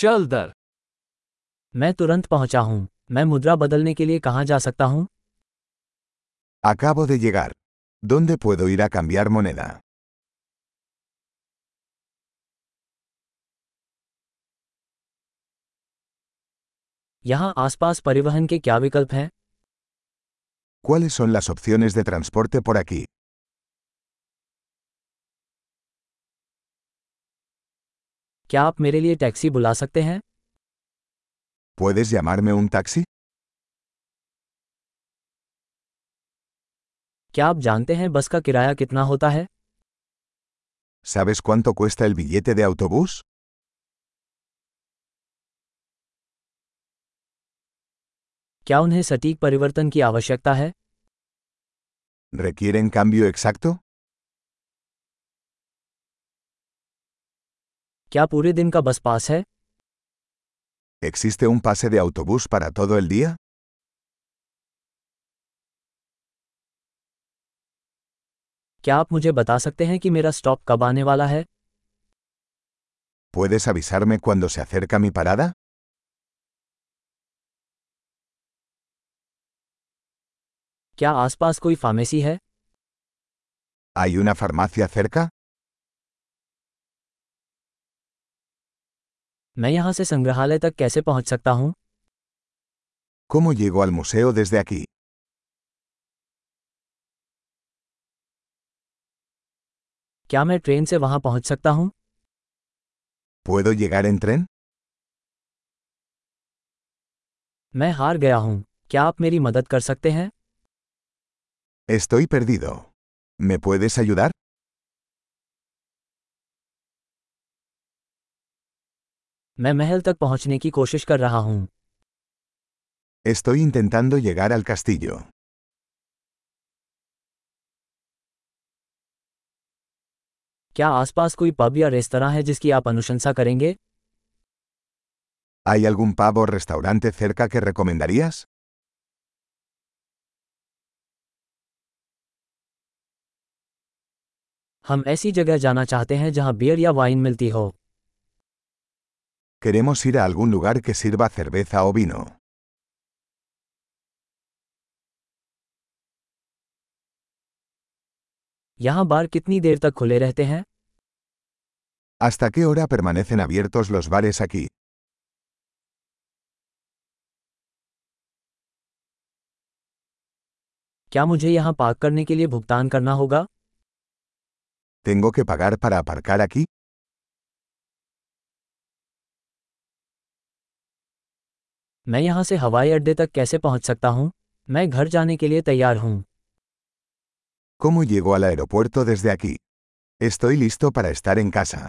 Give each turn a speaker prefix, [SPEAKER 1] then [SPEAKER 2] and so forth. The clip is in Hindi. [SPEAKER 1] चल दर
[SPEAKER 2] मैं तुरंत पहुंचा हूँ मैं मुद्रा बदलने के लिए कहाँ जा सकता हूँ
[SPEAKER 3] Acabo de llegar. ¿Dónde puedo ir a cambiar moneda?
[SPEAKER 2] यहाँ आसपास परिवहन के क्या विकल्प हैं
[SPEAKER 3] ¿Cuáles son las opciones de transporte por aquí?
[SPEAKER 2] क्या आप मेरे लिए टैक्सी बुला सकते हैं
[SPEAKER 3] ¿Puedes llamarme un taxi?
[SPEAKER 2] क्या आप जानते हैं बस का किराया कितना होता है
[SPEAKER 3] ¿Sabes cuánto cuesta el billete de autobús?
[SPEAKER 2] क्या उन्हें सटीक परिवर्तन की आवश्यकता है
[SPEAKER 3] ¿Requieren cambio exacto?
[SPEAKER 2] क्या पूरे दिन का बस पास है
[SPEAKER 3] ¿Existe un pase de autobús para todo el día?
[SPEAKER 2] क्या आप मुझे बता सकते हैं कि मेरा स्टॉप कब आने वाला है
[SPEAKER 3] ¿Puedes avisarme cuando se acerca mi parada?
[SPEAKER 2] क्या आसपास कोई फार्मेसी है
[SPEAKER 3] ¿Hay una farmacia cerca?
[SPEAKER 2] मैं यहाँ से संग्रहालय तक कैसे पहुँच सकता हूँ
[SPEAKER 3] ¿Cómo llego al museo desde aquí?
[SPEAKER 2] क्या मैं ट्रेन से वहाँ पहुँच सकता हूँ
[SPEAKER 3] ¿Puedo llegar en tren?
[SPEAKER 2] मैं हार गया हूँ क्या आप मेरी मदद कर सकते हैं
[SPEAKER 3] Estoy perdido. ¿Me puedes ayudar?
[SPEAKER 2] मैं महल तक पहुँचने की कोशिश कर रहा हूँ
[SPEAKER 3] Estoy intentando llegar al castillo.
[SPEAKER 2] क्या आसपास कोई पब या रेस्तरा है जिसकी आप अनुशंसा करेंगे
[SPEAKER 3] ¿Hay algún pub o restaurante cerca que recomendarías?
[SPEAKER 2] हम ऐसी जगह जाना चाहते हैं जहाँ बियर या वाइन मिलती हो
[SPEAKER 3] Queremos ir a algún lugar que sirva cerveza o vino.
[SPEAKER 2] यहाँ बार कितनी देर तक खुले रहते हैं
[SPEAKER 3] ¿Hasta qué hora permanecen abiertos los bares aquí?
[SPEAKER 2] क्या मुझे यहाँ पार्क करने के लिए भुगतान करना होगा
[SPEAKER 3] ¿Tengo que pagar para aparcar aquí?
[SPEAKER 2] मैं यहाँ से हवाई अड्डे तक कैसे पहुँच सकता हूँ मैं घर जाने के लिए तैयार हूँ
[SPEAKER 3] ¿Cómo llego al aeropuerto desde aquí? Estoy listo para estar en casa.